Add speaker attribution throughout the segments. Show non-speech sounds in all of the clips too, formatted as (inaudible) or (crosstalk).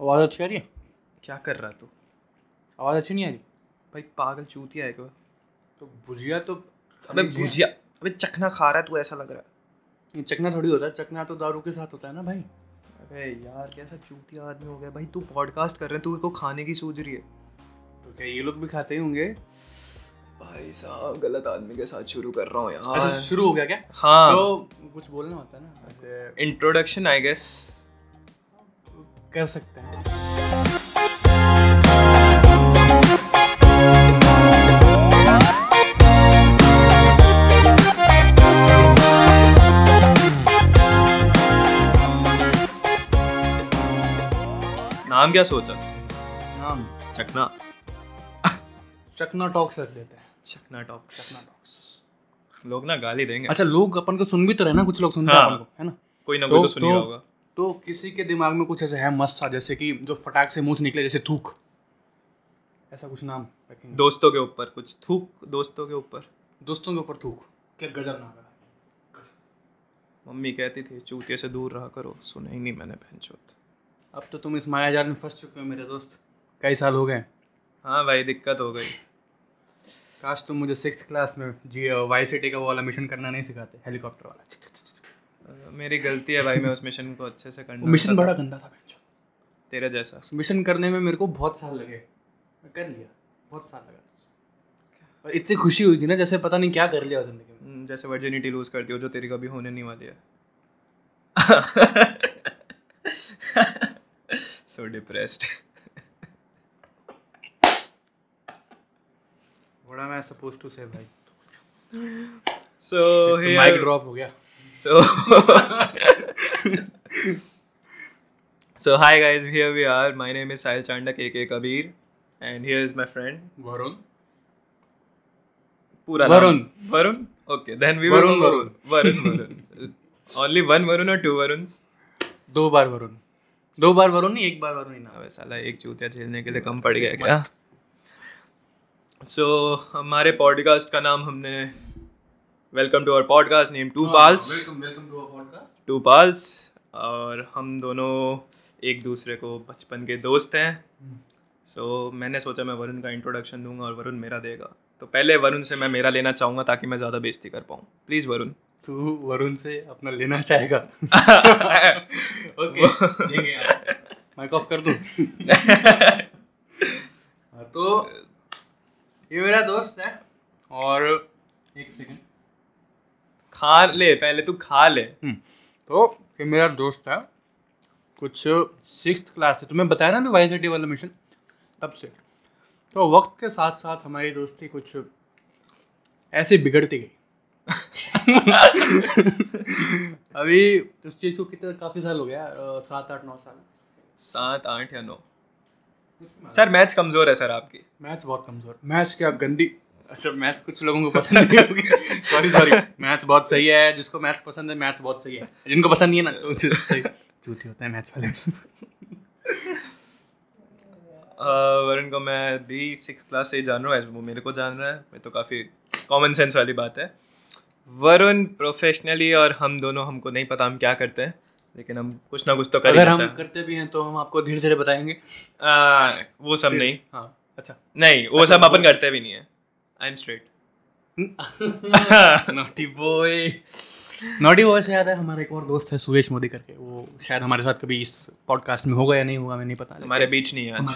Speaker 1: आवाज़ अच्छी आ रही है
Speaker 2: क्या कर रहा तू
Speaker 1: आवाज़ अच्छी नहीं आ रही
Speaker 2: भाई पागल चूतिया है क्या
Speaker 1: तो भुजिया तो
Speaker 2: अबे भुजिया अबे चखना खा रहा है तू ऐसा लग रहा है
Speaker 1: ये चकना थोड़ी होता है चकना तो दारू के साथ होता है ना भाई
Speaker 2: अबे यार कैसा चूतिया आदमी हो गया भाई तू पॉडकास्ट कर रहे हैं तू को खाने की सूझ रही है
Speaker 1: तो क्या ये लोग भी खाते ही होंगे
Speaker 2: भाई साहब गलत आदमी के साथ शुरू कर रहा हूँ
Speaker 1: अच्छा
Speaker 2: यार
Speaker 1: शुरू हो गया क्या
Speaker 2: हाँ
Speaker 1: तो कुछ बोलना होता है ना ऐसे
Speaker 2: इंट्रोडक्शन आई गेस
Speaker 1: कर सकते हैं
Speaker 2: नाम क्या सोचा
Speaker 1: नाम
Speaker 2: चकना
Speaker 1: चकना टॉक्स रख देते हैं चकना
Speaker 2: चकना टॉक्स
Speaker 1: टॉक्स
Speaker 2: लोग ना गाली देंगे
Speaker 1: अच्छा लोग अपन को सुन भी तो रहे ना कुछ लोग सुनते हैं
Speaker 2: हाँ।
Speaker 1: अपन को है ना
Speaker 2: कोई ना
Speaker 1: तो-
Speaker 2: कोई तो सुन ही
Speaker 1: तो-
Speaker 2: होगा
Speaker 1: तो किसी के दिमाग में कुछ ऐसा है मस्त सा जैसे कि जो फटाक से मुंह से निकले जैसे थूक ऐसा कुछ नाम रखेंगे
Speaker 2: दोस्तों के ऊपर कुछ थूक दोस्तों के ऊपर
Speaker 1: दोस्तों के ऊपर थूक क्या गजब नाम है
Speaker 2: मम्मी कहती थी चूतिया से दूर रहा करो सुना ही नहीं मैंने बहन
Speaker 1: अब तो तुम इस मायाजाल में फंस चुके हो मेरे दोस्त कई साल हो गए
Speaker 2: हाँ भाई दिक्कत हो गई
Speaker 1: काश तुम मुझे सिक्स क्लास में जी वाई सिटी का वो वाला मिशन करना नहीं सिखाते हेलीकॉप्टर वाला छिक, छिक, छिक, छिक।
Speaker 2: अ, मेरी गलती है भाई मैं उस मिशन को अच्छे से
Speaker 1: वो
Speaker 2: करना
Speaker 1: मिशन
Speaker 2: चाहता
Speaker 1: बड़ा गंदा था बहनचोद।
Speaker 2: था। तेरे जैसा
Speaker 1: मिशन तो करने में मेरे को बहुत साल लगे मैं कर लिया बहुत साल लगा और इतनी खुशी हुई थी ना जैसे पता नहीं क्या कर लिया जिंदगी में
Speaker 2: हम्म, जैसे वर्जिनिटी लूज करती हो जो तेरी कभी होने नहीं वाली है सो डिप्रेस्ड
Speaker 1: बड़ा मैं सपोज टू से भाई
Speaker 2: सो
Speaker 1: माइक ड्रॉप हो गया
Speaker 2: So, so hi guys, here we are. My name is Sahil Chandak, aka Kabir, and here is my friend.
Speaker 1: Varun
Speaker 2: Pura
Speaker 1: Varun.
Speaker 2: Naam. Varun. Okay, then we will
Speaker 1: Varun,
Speaker 2: go- Varun.
Speaker 1: (laughs)
Speaker 2: Varun. Only one Varun or two Varuns?
Speaker 1: दो बार वरुण दो बार वरुण नहीं एक बार वरुण ही नाम
Speaker 2: अबे साला एक चूतिया झेलने के लिए कम पड़ गया क्या? सो so, हमारे पॉडकास्ट का नाम हमने welcome to our podcast name to पाल्स
Speaker 1: welcome to our podcast
Speaker 2: to पाल्स और हम दोनों एक दूसरे को बचपन के दोस्त हैं सो मैंने सोचा मैं वरुण का इंट्रोडक्शन दूंगा और वरुण मेरा देगा तो पहले वरुण से मैं मेरा लेना चाहूंगा ताकि मैं ज़्यादा बेइज्जती कर पाऊँ प्लीज़ वरुण
Speaker 1: तू वरुण से अपना लेना चाहेगा ओके माइक ऑफ कर दूं हाँ, तो ये मेरा दोस्त है और एक सेकंड
Speaker 2: (laughs) खा ले पहले तू खा ले
Speaker 1: तो ये मेरा दोस्त है कुछ सिक्स क्लास से तुम्हें बताया ना मैं वाई सिटी वाला मिशन तब से तो वक्त के साथ साथ हमारी दोस्ती कुछ ऐसे बिगड़ती गई (laughs) अभी उस चीज़ को कितना काफ़ी साल हो गया अ, सात आठ नौ साल
Speaker 2: सात आठ या नौ सर मैथ्स कमज़ोर है सर आपकी
Speaker 1: मैथ्स बहुत कमजोर मैथ्स क्या गंदी अच्छा मैथ्स कुछ लोगों को पसंद नहीं (laughs) होगी सॉरी सॉरी मैथ्स बहुत सही है जिसको मैथ्स पसंद है मैथ्स बहुत सही है जिनको पसंद नहीं है ना तो सही झूठे होते हैं मैथ्स वाले
Speaker 2: अ, वरुण को मैं भी सिक्स क्लास से ही जान रहा हूँ वो मेरे को जान रहा है ये तो काफ़ी कॉमन सेंस वाली बात है वरुण प्रोफेशनली और हम दोनों हमको नहीं पता हम क्या करते हैं लेकिन हम कुछ ना कुछ तो कर ही
Speaker 1: अगर हम
Speaker 2: लेते हैं।
Speaker 1: करते भी हैं तो हम आपको धीरे धीरे बताएंगे
Speaker 2: आ, वो सब नहीं
Speaker 1: हाँ (laughs) अच्छा
Speaker 2: नहीं वो सब अपन करते भी नहीं है I am straight
Speaker 1: naughty boy naughty boy से याद है हमारा एक और दोस्त है सुरेश मोदी करके वो शायद हमारे साथ कभी इस पॉडकास्ट में होगा या नहीं होगा मैं नहीं पता
Speaker 2: हमारे बीच नहीं है आज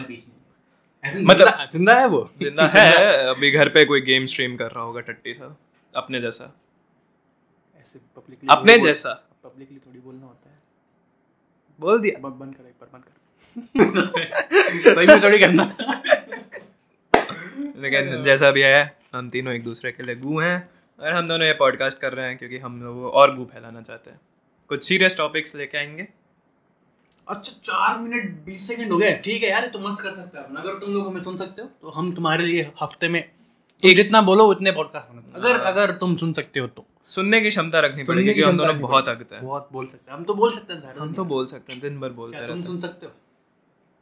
Speaker 2: मतलब-
Speaker 1: मतलब जिंदा है वो
Speaker 2: जिंदा है अभी घर पे कोई गेम स्ट्रीम कर रहा होगा टट्टी सा अपने जैसा
Speaker 1: ऐसे पब्लिकली
Speaker 2: अपने जैसा
Speaker 1: पब्लिकली थोड़ी बोलना होता है
Speaker 2: बोल दिया
Speaker 1: बंद बंद कर एक बार बंद कर
Speaker 2: (laughs)
Speaker 1: सही में थोड़ी करना हाँ।
Speaker 2: लेकिन जैसा भी है हम तीनों एक दूसरे के लिए गू हैं और हम दोनों ये पॉडकास्ट कर रहे हैं क्योंकि हम लोग और गू फैलाना चाहते हैं कुछ सीरियस टॉपिक्स लेके आएंगे
Speaker 1: अच्छा चार मिनट बीस सेकंड हो गए ठीक है यार ये तो मस्त कर सकते हो अपना। अगर तुम लोग हमें सुन सकते हो तो हम तुम्हारे लिए हफ्ते में एक जितना बोलो उतने पॉडकास्ट बनाते हैं। अगर अगर तुम सुन सकते हो तो
Speaker 2: सुनने की क्षमता रखनी
Speaker 1: सुनने
Speaker 2: पड़ेगी
Speaker 1: की
Speaker 2: हाँ। क्योंकि हम
Speaker 1: क्षमता
Speaker 2: दोनों
Speaker 1: रखनी
Speaker 2: बहुत
Speaker 1: पड़ेगी।
Speaker 2: थकते हैं
Speaker 1: बहुत बोल सकते हैं हम तो बोल सकते हैं सारे
Speaker 2: हम
Speaker 1: दिन।
Speaker 2: तो बोल सकते हैं दिन भर बोलते
Speaker 1: क्या
Speaker 2: रहते
Speaker 1: तुम
Speaker 2: हैं
Speaker 1: सुन सकते हो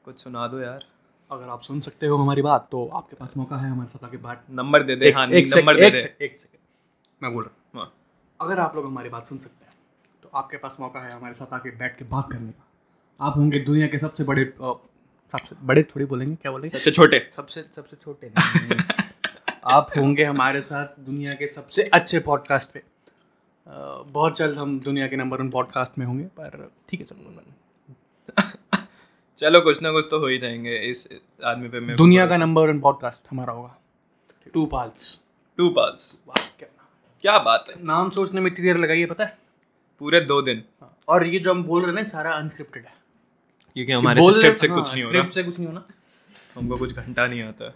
Speaker 2: कुछ सुना दो यार
Speaker 1: अगर आप सुन सकते हो हमारी बात तो आपके पास मौका है हमारे साथ आके बात
Speaker 2: नंबर दे दे हाँ
Speaker 1: एक सेकंड
Speaker 2: नंबर दे
Speaker 1: एक
Speaker 2: दे
Speaker 1: सेकंड एक सेकंड मैं बोल रहा हूँ
Speaker 2: हाँ।
Speaker 1: अगर आप लोग हमारी बात सुन सकते हैं तो आपके पास मौका है हमारे साथ आके बैठ के बात करने का आप होंगे दुनिया के सबसे बड़े सबसे बड़े थोड़ी बोलेंगे क्या बोलेंगे
Speaker 2: सबसे छोटे
Speaker 1: सबसे सबसे छोटे नहीं। (laughs) आप होंगे हमारे साथ दुनिया के सबसे अच्छे पॉडकास्ट पे अ, बहुत जल्द हम दुनिया के नंबर वन पॉडकास्ट में होंगे पर ठीक है चलो
Speaker 2: चलो कुछ ना कुछ तो हो ही जाएंगे इस आदमी पे मेरे
Speaker 1: दुनिया का नंबर वन पॉडकास्ट हमारा होगा टू पाल्स
Speaker 2: टू पास
Speaker 1: वाह क्या नाम
Speaker 2: क्या बात है
Speaker 1: है। नाम सोचने में इतनी देर लगाइए पता है
Speaker 2: पूरे दो दिन
Speaker 1: हाँ, और ये जो हम बोल रहे हैं ना, सारा अनस्क्रिप्टेड है
Speaker 2: क्योंकि हमारे
Speaker 1: बोल-
Speaker 2: स्क्रिप्ट से
Speaker 1: हाँ,
Speaker 2: कुछ नहीं हो रहा
Speaker 1: script से कुछ नहीं होना
Speaker 2: हमको कुछ घंटा नहीं आता है।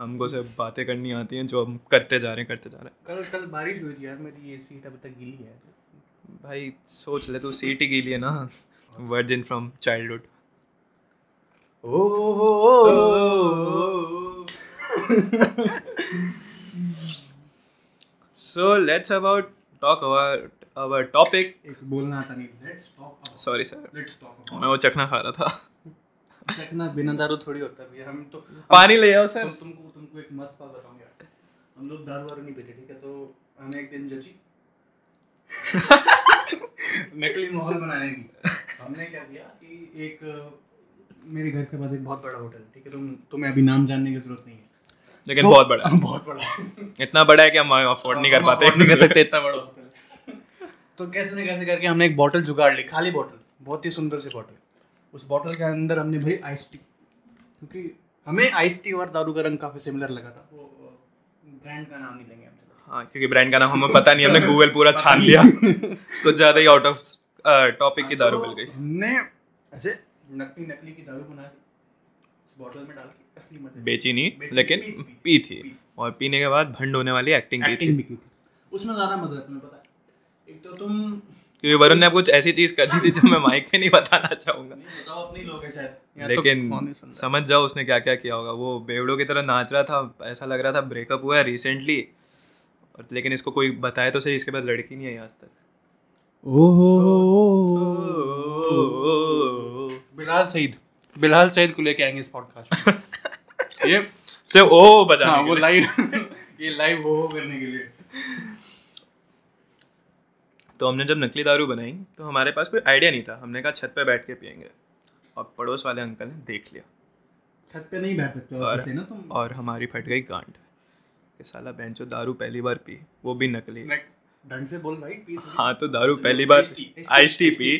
Speaker 2: हमको सिर्फ बातें करनी आती हैं जो हम करते जा रहे हैं करते जा रहे
Speaker 1: कल कल बारिश हुई थी यार मेरी ये सीट अभी तक गीली है
Speaker 2: हैं भाई सोच ले तू सीट ही के लिए ना virgin from childhood so let's about talk about our topic
Speaker 1: एक बोलना आता नहीं let's talk about
Speaker 2: sorry sir
Speaker 1: let's talk
Speaker 2: मैं वो चखना खा रहा था
Speaker 1: अबाउट चखना बिना दारू थोड़ी होता है भैया हम तो
Speaker 2: पानी ले आओ
Speaker 1: तुम,
Speaker 2: सर
Speaker 1: तो तुमको तुमको एक मस्त बात बताऊंगा हम लोग दारू वारू नहीं पीते ठीक है तो हमें एक दिन
Speaker 2: (laughs)
Speaker 1: जजी नकली माहौल बनाने की हमने क्या किया कि एक अ, मेरे घर के पास एक बहुत बड़ा होटल है ठीक है तुम तुम्हें अभी नाम जानने की जरूरत नहीं है
Speaker 2: लेकिन
Speaker 1: तो-
Speaker 2: बहुत बड़ा है।
Speaker 1: बहुत बड़ा है
Speaker 2: इतना बड़ा है कि हम अफोर्ड नहीं कर
Speaker 1: हम
Speaker 2: पाते
Speaker 1: afford नहीं कर सकते
Speaker 2: इतना बड़ा
Speaker 1: (laughs) तो कैसे न कैसे करके हमने एक बॉटल जुगाड़ ली खाली बॉटल बहुत ही सुंदर सी बॉटल उस बॉटल के अंदर हमने भरी आइस टी क्योंकि हमें आइस टी और दारू का रंग काफ़ी सिमिलर लगा था वो ब्रांड का नाम नहीं लेंगे हम
Speaker 2: हाँ क्योंकि ब्रांड का नाम हमें पता नहीं हमने गूगल पूरा छान लिया कुछ ज़्यादा ही आउट ऑफ टॉपिक की दारू
Speaker 1: तो
Speaker 2: मिल गई
Speaker 1: हमने ऐसे नकली नकली की दारू बना के उस बॉटल में डाल के असली मजे
Speaker 2: बेची नहीं
Speaker 1: बेची
Speaker 2: लेकिन
Speaker 1: नहीं, पी थी।
Speaker 2: पी थी
Speaker 1: पी।
Speaker 2: और पीने के बाद भंड होने वाली एक्टिंग की थी
Speaker 1: एक्टिंग भी की थी उसमें ज़्यादा मजा है तुम्हें पता है एक तो तुम नहीं
Speaker 2: क्योंकि वरुण ने अब कुछ ऐसी चीज कर दी थी जो मैं माइक में नहीं बताना चाहूंगा
Speaker 1: बताओ अपने लोग हैं शायद या तो कौन
Speaker 2: लेकिन
Speaker 1: ही सुन रहा है।
Speaker 2: समझ जाओ उसने क्या क्या किया होगा वो बेवड़ों की तरह नाच रहा था ऐसा लग रहा था ब्रेकअप हुआ है रिसेंटली और लेकिन इसको कोई बताए तो सही इसके बाद लड़की नहीं आई आज
Speaker 1: बिलाल
Speaker 2: तक
Speaker 1: सईद बिलाल सईद को लेके आएंगे इस पॉडकास्ट (laughs) में। ये
Speaker 2: सिर्फ ओ बजा
Speaker 1: हाँ वो लाइव (laughs) ये लाइव हो हो करने के लिए
Speaker 2: तो हमने जब नकली दारू बनाई तो हमारे पास कोई आइडिया नहीं था हमने कहा छत पे बैठ के पियेंगे और पड़ोस वाले अंकल ने देख लिया
Speaker 1: छत पे नहीं बैठ सकते हो
Speaker 2: और-
Speaker 1: आप ऐसे ना तुम
Speaker 2: और हमारी फट गई गांड कि साला बेंचो दारू पहली बार पी वो भी नकली
Speaker 1: मैं- ढंग से बोल भाई please।
Speaker 2: हाँ तो दारू पहली बार
Speaker 1: iced tea,
Speaker 2: आइस टी पी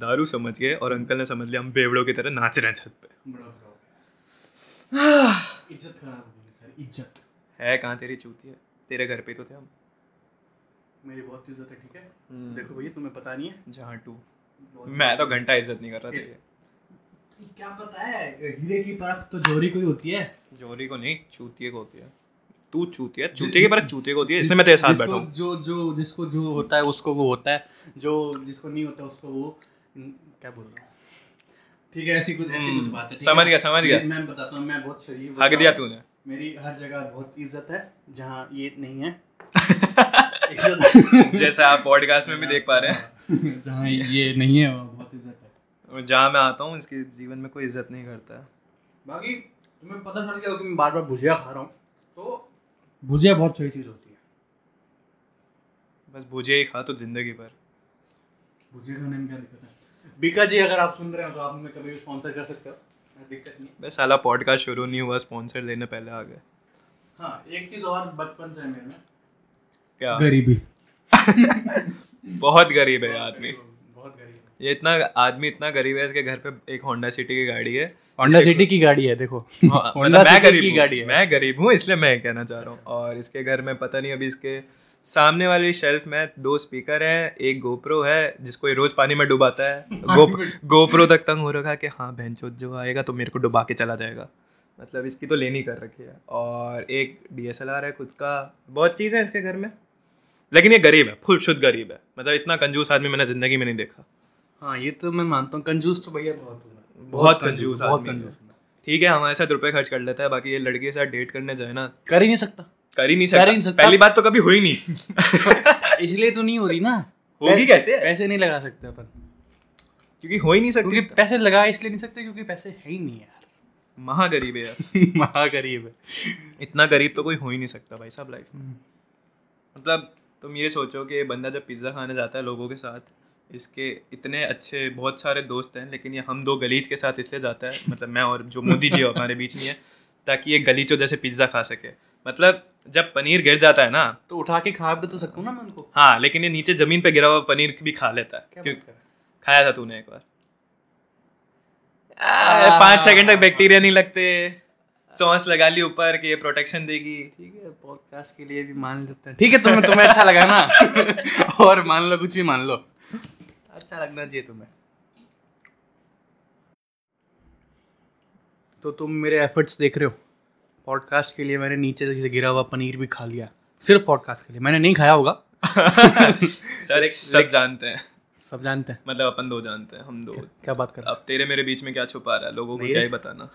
Speaker 2: दारू समझ गए और अंकल ने समझ लिया हम बेवड़ों की तरह नाच रहे हैं छत पे
Speaker 1: बड़ा बुरा हो गया। (sighs) इज्जत खराब हो गई सर इज्जत
Speaker 2: है कहाँ तेरी चूती है तेरे घर पे तो थे हम
Speaker 1: मेरी बहुत इज्जत है ठीक है
Speaker 2: हम्म,
Speaker 1: देखो भैया तुम्हें पता नहीं है
Speaker 2: जहाँ टू
Speaker 1: बहुत-
Speaker 2: मैं तो घंटा इज्जत नहीं कर रहा तेरी
Speaker 1: क्या पता है हीरे की परख तो जोरी कोई होती है
Speaker 2: जोरी को नहीं चूतिए को होती है तू चूतिया चूतिए की पर चूतिए को होती है इसलिए मैं तेरे साथ
Speaker 1: जिसको
Speaker 2: बैठा हूँ
Speaker 1: जो जो जिसको जो होता है उसको वो होता है जो जिसको नहीं होता उसको वो न- क्या बोल रहा हूँ ठीक है ऐसी कुछ ऐसी कुछ
Speaker 2: हम्म,
Speaker 1: बात है ठीक
Speaker 2: समझ
Speaker 1: है?
Speaker 2: गया, समझ गया।
Speaker 1: मैं- मैं बताता हूँ मैं बहुत शरीफ
Speaker 2: हक
Speaker 1: बंदा
Speaker 2: दिया
Speaker 1: हूँ।
Speaker 2: तूने
Speaker 1: मेरी हर जगह बहुत इज्जत है जहाँ ये नहीं
Speaker 2: (laughs)
Speaker 1: है इज्जत
Speaker 2: जैसे आप पॉडकास्ट में भी देख पा रहे हैं
Speaker 1: हैं (laughs) जहाँ ये नहीं है वहाँ बहुत इज्जत है
Speaker 2: और जहाँ मैं आता हूँ इसके जीवन में कोई इज्जत नहीं करता है
Speaker 1: बाकी तुम्हें पता चल गया होगा कि मैं बार बार भुजिया खा रहा हूँ तो भुजिया बहुत सही चीज़ होती है
Speaker 2: बस भुजिया ही खा तो जिंदगी भर
Speaker 1: भुजिया खाने में तो क्या दिक्कत है बीका जी अगर आप सुन रहे हो तो आप हमें कभी भी स्पॉन्सर कर सकते हो कोई दिक्कत नहीं है।
Speaker 2: बस साला पॉडकास्ट शुरू नहीं हुआ स्पॉन्सर लेने पहले आ गए
Speaker 1: हाँ एक चीज और बचपन से है मेरे में
Speaker 2: क्या
Speaker 1: गरीबी
Speaker 2: बहुत गरीब है ये आदमी
Speaker 1: तो बहुत गरीब
Speaker 2: ये इतना आदमी इतना गरीब है इसके घर पे एक होंडा सिटी की गाड़ी है
Speaker 1: होंडा सिटी की गाड़ी है देखो
Speaker 2: (laughs) हाँ, मतलब मैं गरीब हूँ मैं गरीब हूँ इसलिए मैं ये कहना चाह रहा हूँ और इसके घर में पता नहीं अभी इसके सामने वाली शेल्फ में दो स्पीकर हैं एक गोप्रो है जिसको ये रोज (laughs) पानी में डुबाता है गोप गोप्रो तक तंग हो रखा है कि हाँ बहन जो आएगा तो मेरे को डुबा के चला जाएगा मतलब इसकी तो लेनी कर रखी है और एक डीएसएलआर है खुद का बहुत चीज़ें हैं इसके घर में लेकिन ये गरीब है फुल शुद्ध गरीब है मतलब इतना कंजूस आदमी मैंने ज़िंदगी में नहीं देखा
Speaker 1: हाँ ये तो मैं मानता हूँ कंजूस तो भैया बहुत हूँ मैं।
Speaker 2: बहुत कंजूस
Speaker 1: बहुत
Speaker 2: आदमी है।
Speaker 1: कंजूस
Speaker 2: ठीक है हमारे साथ रुपए खर्च कर लेता है बाकी ये लड़की के साथ डेट करने जाए ना
Speaker 1: कर ही नहीं सकता
Speaker 2: कर ही नहीं
Speaker 1: कर
Speaker 2: सकता,
Speaker 1: ही नहीं सकता।
Speaker 2: पहली बात तो कभी हुई नहीं
Speaker 1: इसलिए तो नहीं हो रही ना
Speaker 2: (laughs) होगी कैसे
Speaker 1: पैसे नहीं लगा सकते अपन
Speaker 2: क्योंकि हो ही नहीं
Speaker 1: क्योंकि
Speaker 2: सकती
Speaker 1: पैसे लगा इसलिए नहीं सकते क्योंकि पैसे है ही नहीं यार
Speaker 2: महागरीब है यार (laughs)
Speaker 1: महा गरीब है
Speaker 2: इतना गरीब तो कोई हो ही नहीं सकता भाई साहब लाइफ में मतलब तुम ये सोचो कि ये बंदा जब पिज्ज़ा खाने जाता है लोगों के साथ इसके इतने अच्छे बहुत सारे दोस्त हैं लेकिन ये हम दो गलीच के साथ इसलिए जाता है मतलब मैं और जो मोदी जी हमारे बीच में है ताकि ये गलीचों जैसे पिज्ज़ा खा सके मतलब जब पनीर गिर जाता है ना
Speaker 1: तो उठा के खा भी तो सकता हूँ ना मैं उनको
Speaker 2: हाँ लेकिन ये नीचे ज़मीन पे गिरा हुआ पनीर भी खा लेता है
Speaker 1: क्या
Speaker 2: क्यों
Speaker 1: बात कर रहा है?
Speaker 2: खाया था तूने एक बार आ, पाँच सेकंड तक बैक्टीरिया नहीं लगते सॉस लगा ली ऊपर कि ये प्रोटेक्शन देगी
Speaker 1: (laughs) ठीक है पॉडकास्ट के लिए भी मान लेते हैं ठीक है तुम्हें तुम्हें अच्छा लगा ना (laughs) और मान लो कुछ भी मान लो अच्छा लगना चाहिए तुम्हें तो तुम मेरे एफर्ट्स देख रहे हो पॉडकास्ट के लिए मैंने नीचे से गिरा हुआ पनीर भी खा लिया सिर्फ पॉडकास्ट के लिए मैंने नहीं खाया होगा
Speaker 2: सर सब जानते हैं
Speaker 1: सब जानते हैं
Speaker 2: मतलब अपन दो जानते हैं हम दो
Speaker 1: क्या बात कर रहे
Speaker 2: अब तेरे मेरे बीच में क्या छुपा रहा है लोगों को क्या ही बताना
Speaker 1: हो?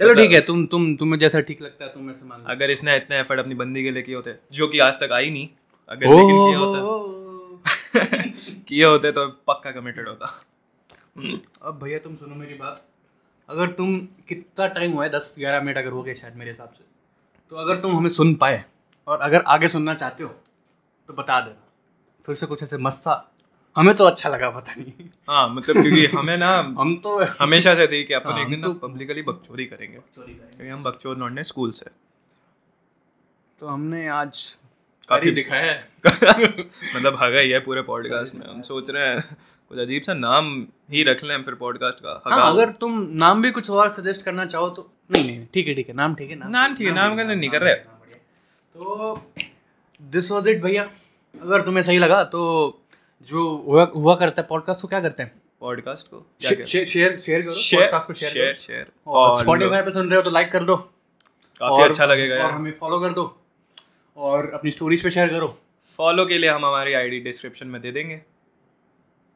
Speaker 1: चलो ठीक है तुम तुम तुम्हें जैसा ठीक लगता है तुम वैसे मान लो
Speaker 2: अगर इसने इतना एफर्ट अपनी बंदी के लिए किए होते जो कि आज तक आई नहीं अगर
Speaker 1: ओ,
Speaker 2: लेकिन किया
Speaker 1: ओ,
Speaker 2: होता
Speaker 1: ओ, ओ।
Speaker 2: किए होते तो पक्का कमिटेड होता
Speaker 1: अब भैया तुम सुनो मेरी बात अगर तुम कितना टाइम हुआ है दस ग्यारह मिनट अगर हो गया शायद मेरे हिसाब से तो अगर तुम हमें सुन पाए और अगर आगे सुनना चाहते हो तो बता देना फिर से कुछ ऐसे मस्सा हमें तो अच्छा लगा पता नहीं
Speaker 2: हाँ मतलब क्योंकि हमें ना
Speaker 1: (laughs) हम तो
Speaker 2: हमेशा से थी कि अपन
Speaker 1: हाँ,
Speaker 2: एक दिन ना
Speaker 1: हम
Speaker 2: पब्लिकली बकचोदी करेंगे
Speaker 1: चोरी करेंगे
Speaker 2: क्योंकि हम बकचोद लौटने स्कूल से
Speaker 1: तो हमने आज
Speaker 2: काफी-
Speaker 1: काफी दिखाया है
Speaker 2: मतलब हगा ही है पूरे पॉडकास्ट में हम सोच रहे हैं कुछ अजीब सा नाम ही रख लें फिर पॉडकास्ट का हगा
Speaker 1: हाँ अगर तुम नाम भी कुछ और सजेस्ट करना चाहो तो नहीं नहीं नहीं, ठीक है ठीक है नाम ठीक है
Speaker 2: नाम ठीक है, नाम का नहीं कर रहे।
Speaker 1: नाम बढ़िया। तो दिस वाज इट भैया अगर तुम्हें सही लगा तो जो हुआ हुआ करता है पॉडकास्ट तो क्या करते हैं
Speaker 2: पॉडकास्ट को क्या
Speaker 1: शे-
Speaker 2: कहते
Speaker 1: शे- शेयर शेयर करो पॉडकास्ट को
Speaker 2: शेयर
Speaker 1: शेयर
Speaker 2: शेयर
Speaker 1: करो
Speaker 2: शेयर
Speaker 1: और स्पॉटिफाई पे सुन रहे हो तो लाइक कर दो
Speaker 2: काफी अच्छा लगेगा
Speaker 1: और
Speaker 2: यार
Speaker 1: हमें फॉलो कर दो और अपनी स्टोरीज पे शेयर करो
Speaker 2: फॉलो के लिए हम हमारी आईडी डिस्क्रिप्शन में दे देंगे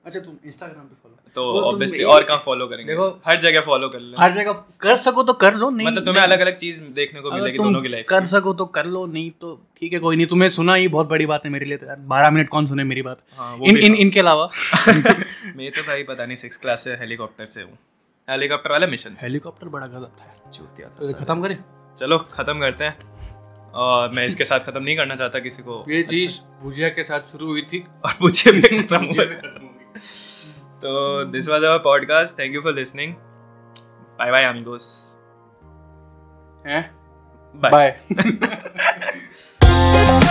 Speaker 1: अच्छा तुम इंस्टाग्राम पे फॉलो
Speaker 2: तो
Speaker 1: वो तुम
Speaker 2: ऑब्वियसली
Speaker 1: एक-
Speaker 2: और कहाँ फॉलो करेंगे
Speaker 1: देखो-
Speaker 2: हर जगह फॉलो कर लें
Speaker 1: हर जगह कर सको तो कर लो नहीं
Speaker 2: मतलब तुम्हें अलग अलग चीज देखने को
Speaker 1: अगर
Speaker 2: मिलेगी
Speaker 1: तुम
Speaker 2: दोनों की लाइफ
Speaker 1: कर सको तो कर लो नहीं तो ठीक है कोई नहीं तुम्हें सुना ये बहुत बड़ी बात है मेरे लिए तो यार बारह मिनट कौन सुने मेरी बात
Speaker 2: हाँ, वो
Speaker 1: इन
Speaker 2: भी
Speaker 1: इन इनके
Speaker 2: (laughs)
Speaker 1: अलावा
Speaker 2: (laughs) मैं तो भाई पता नहीं सिक्स क्लास से हेलीकॉप्टर से हूँ हेलीकॉप्टर वाला मिशन से
Speaker 1: हेलीकॉप्टर बड़ा गजब था यार
Speaker 2: चूतिया था
Speaker 1: तो
Speaker 2: सर।
Speaker 1: खत्म करें
Speaker 2: चलो खत्म करते हैं और मैं इसके साथ खत्म नहीं करना चाहता किसी को
Speaker 1: ये चीज भुजिया के साथ शुरू हुई थी
Speaker 2: और पूछे भी खत्म हुआ तो this was our podcast thank you for listening bye bye amigos
Speaker 1: हैं?
Speaker 2: Bye
Speaker 1: bye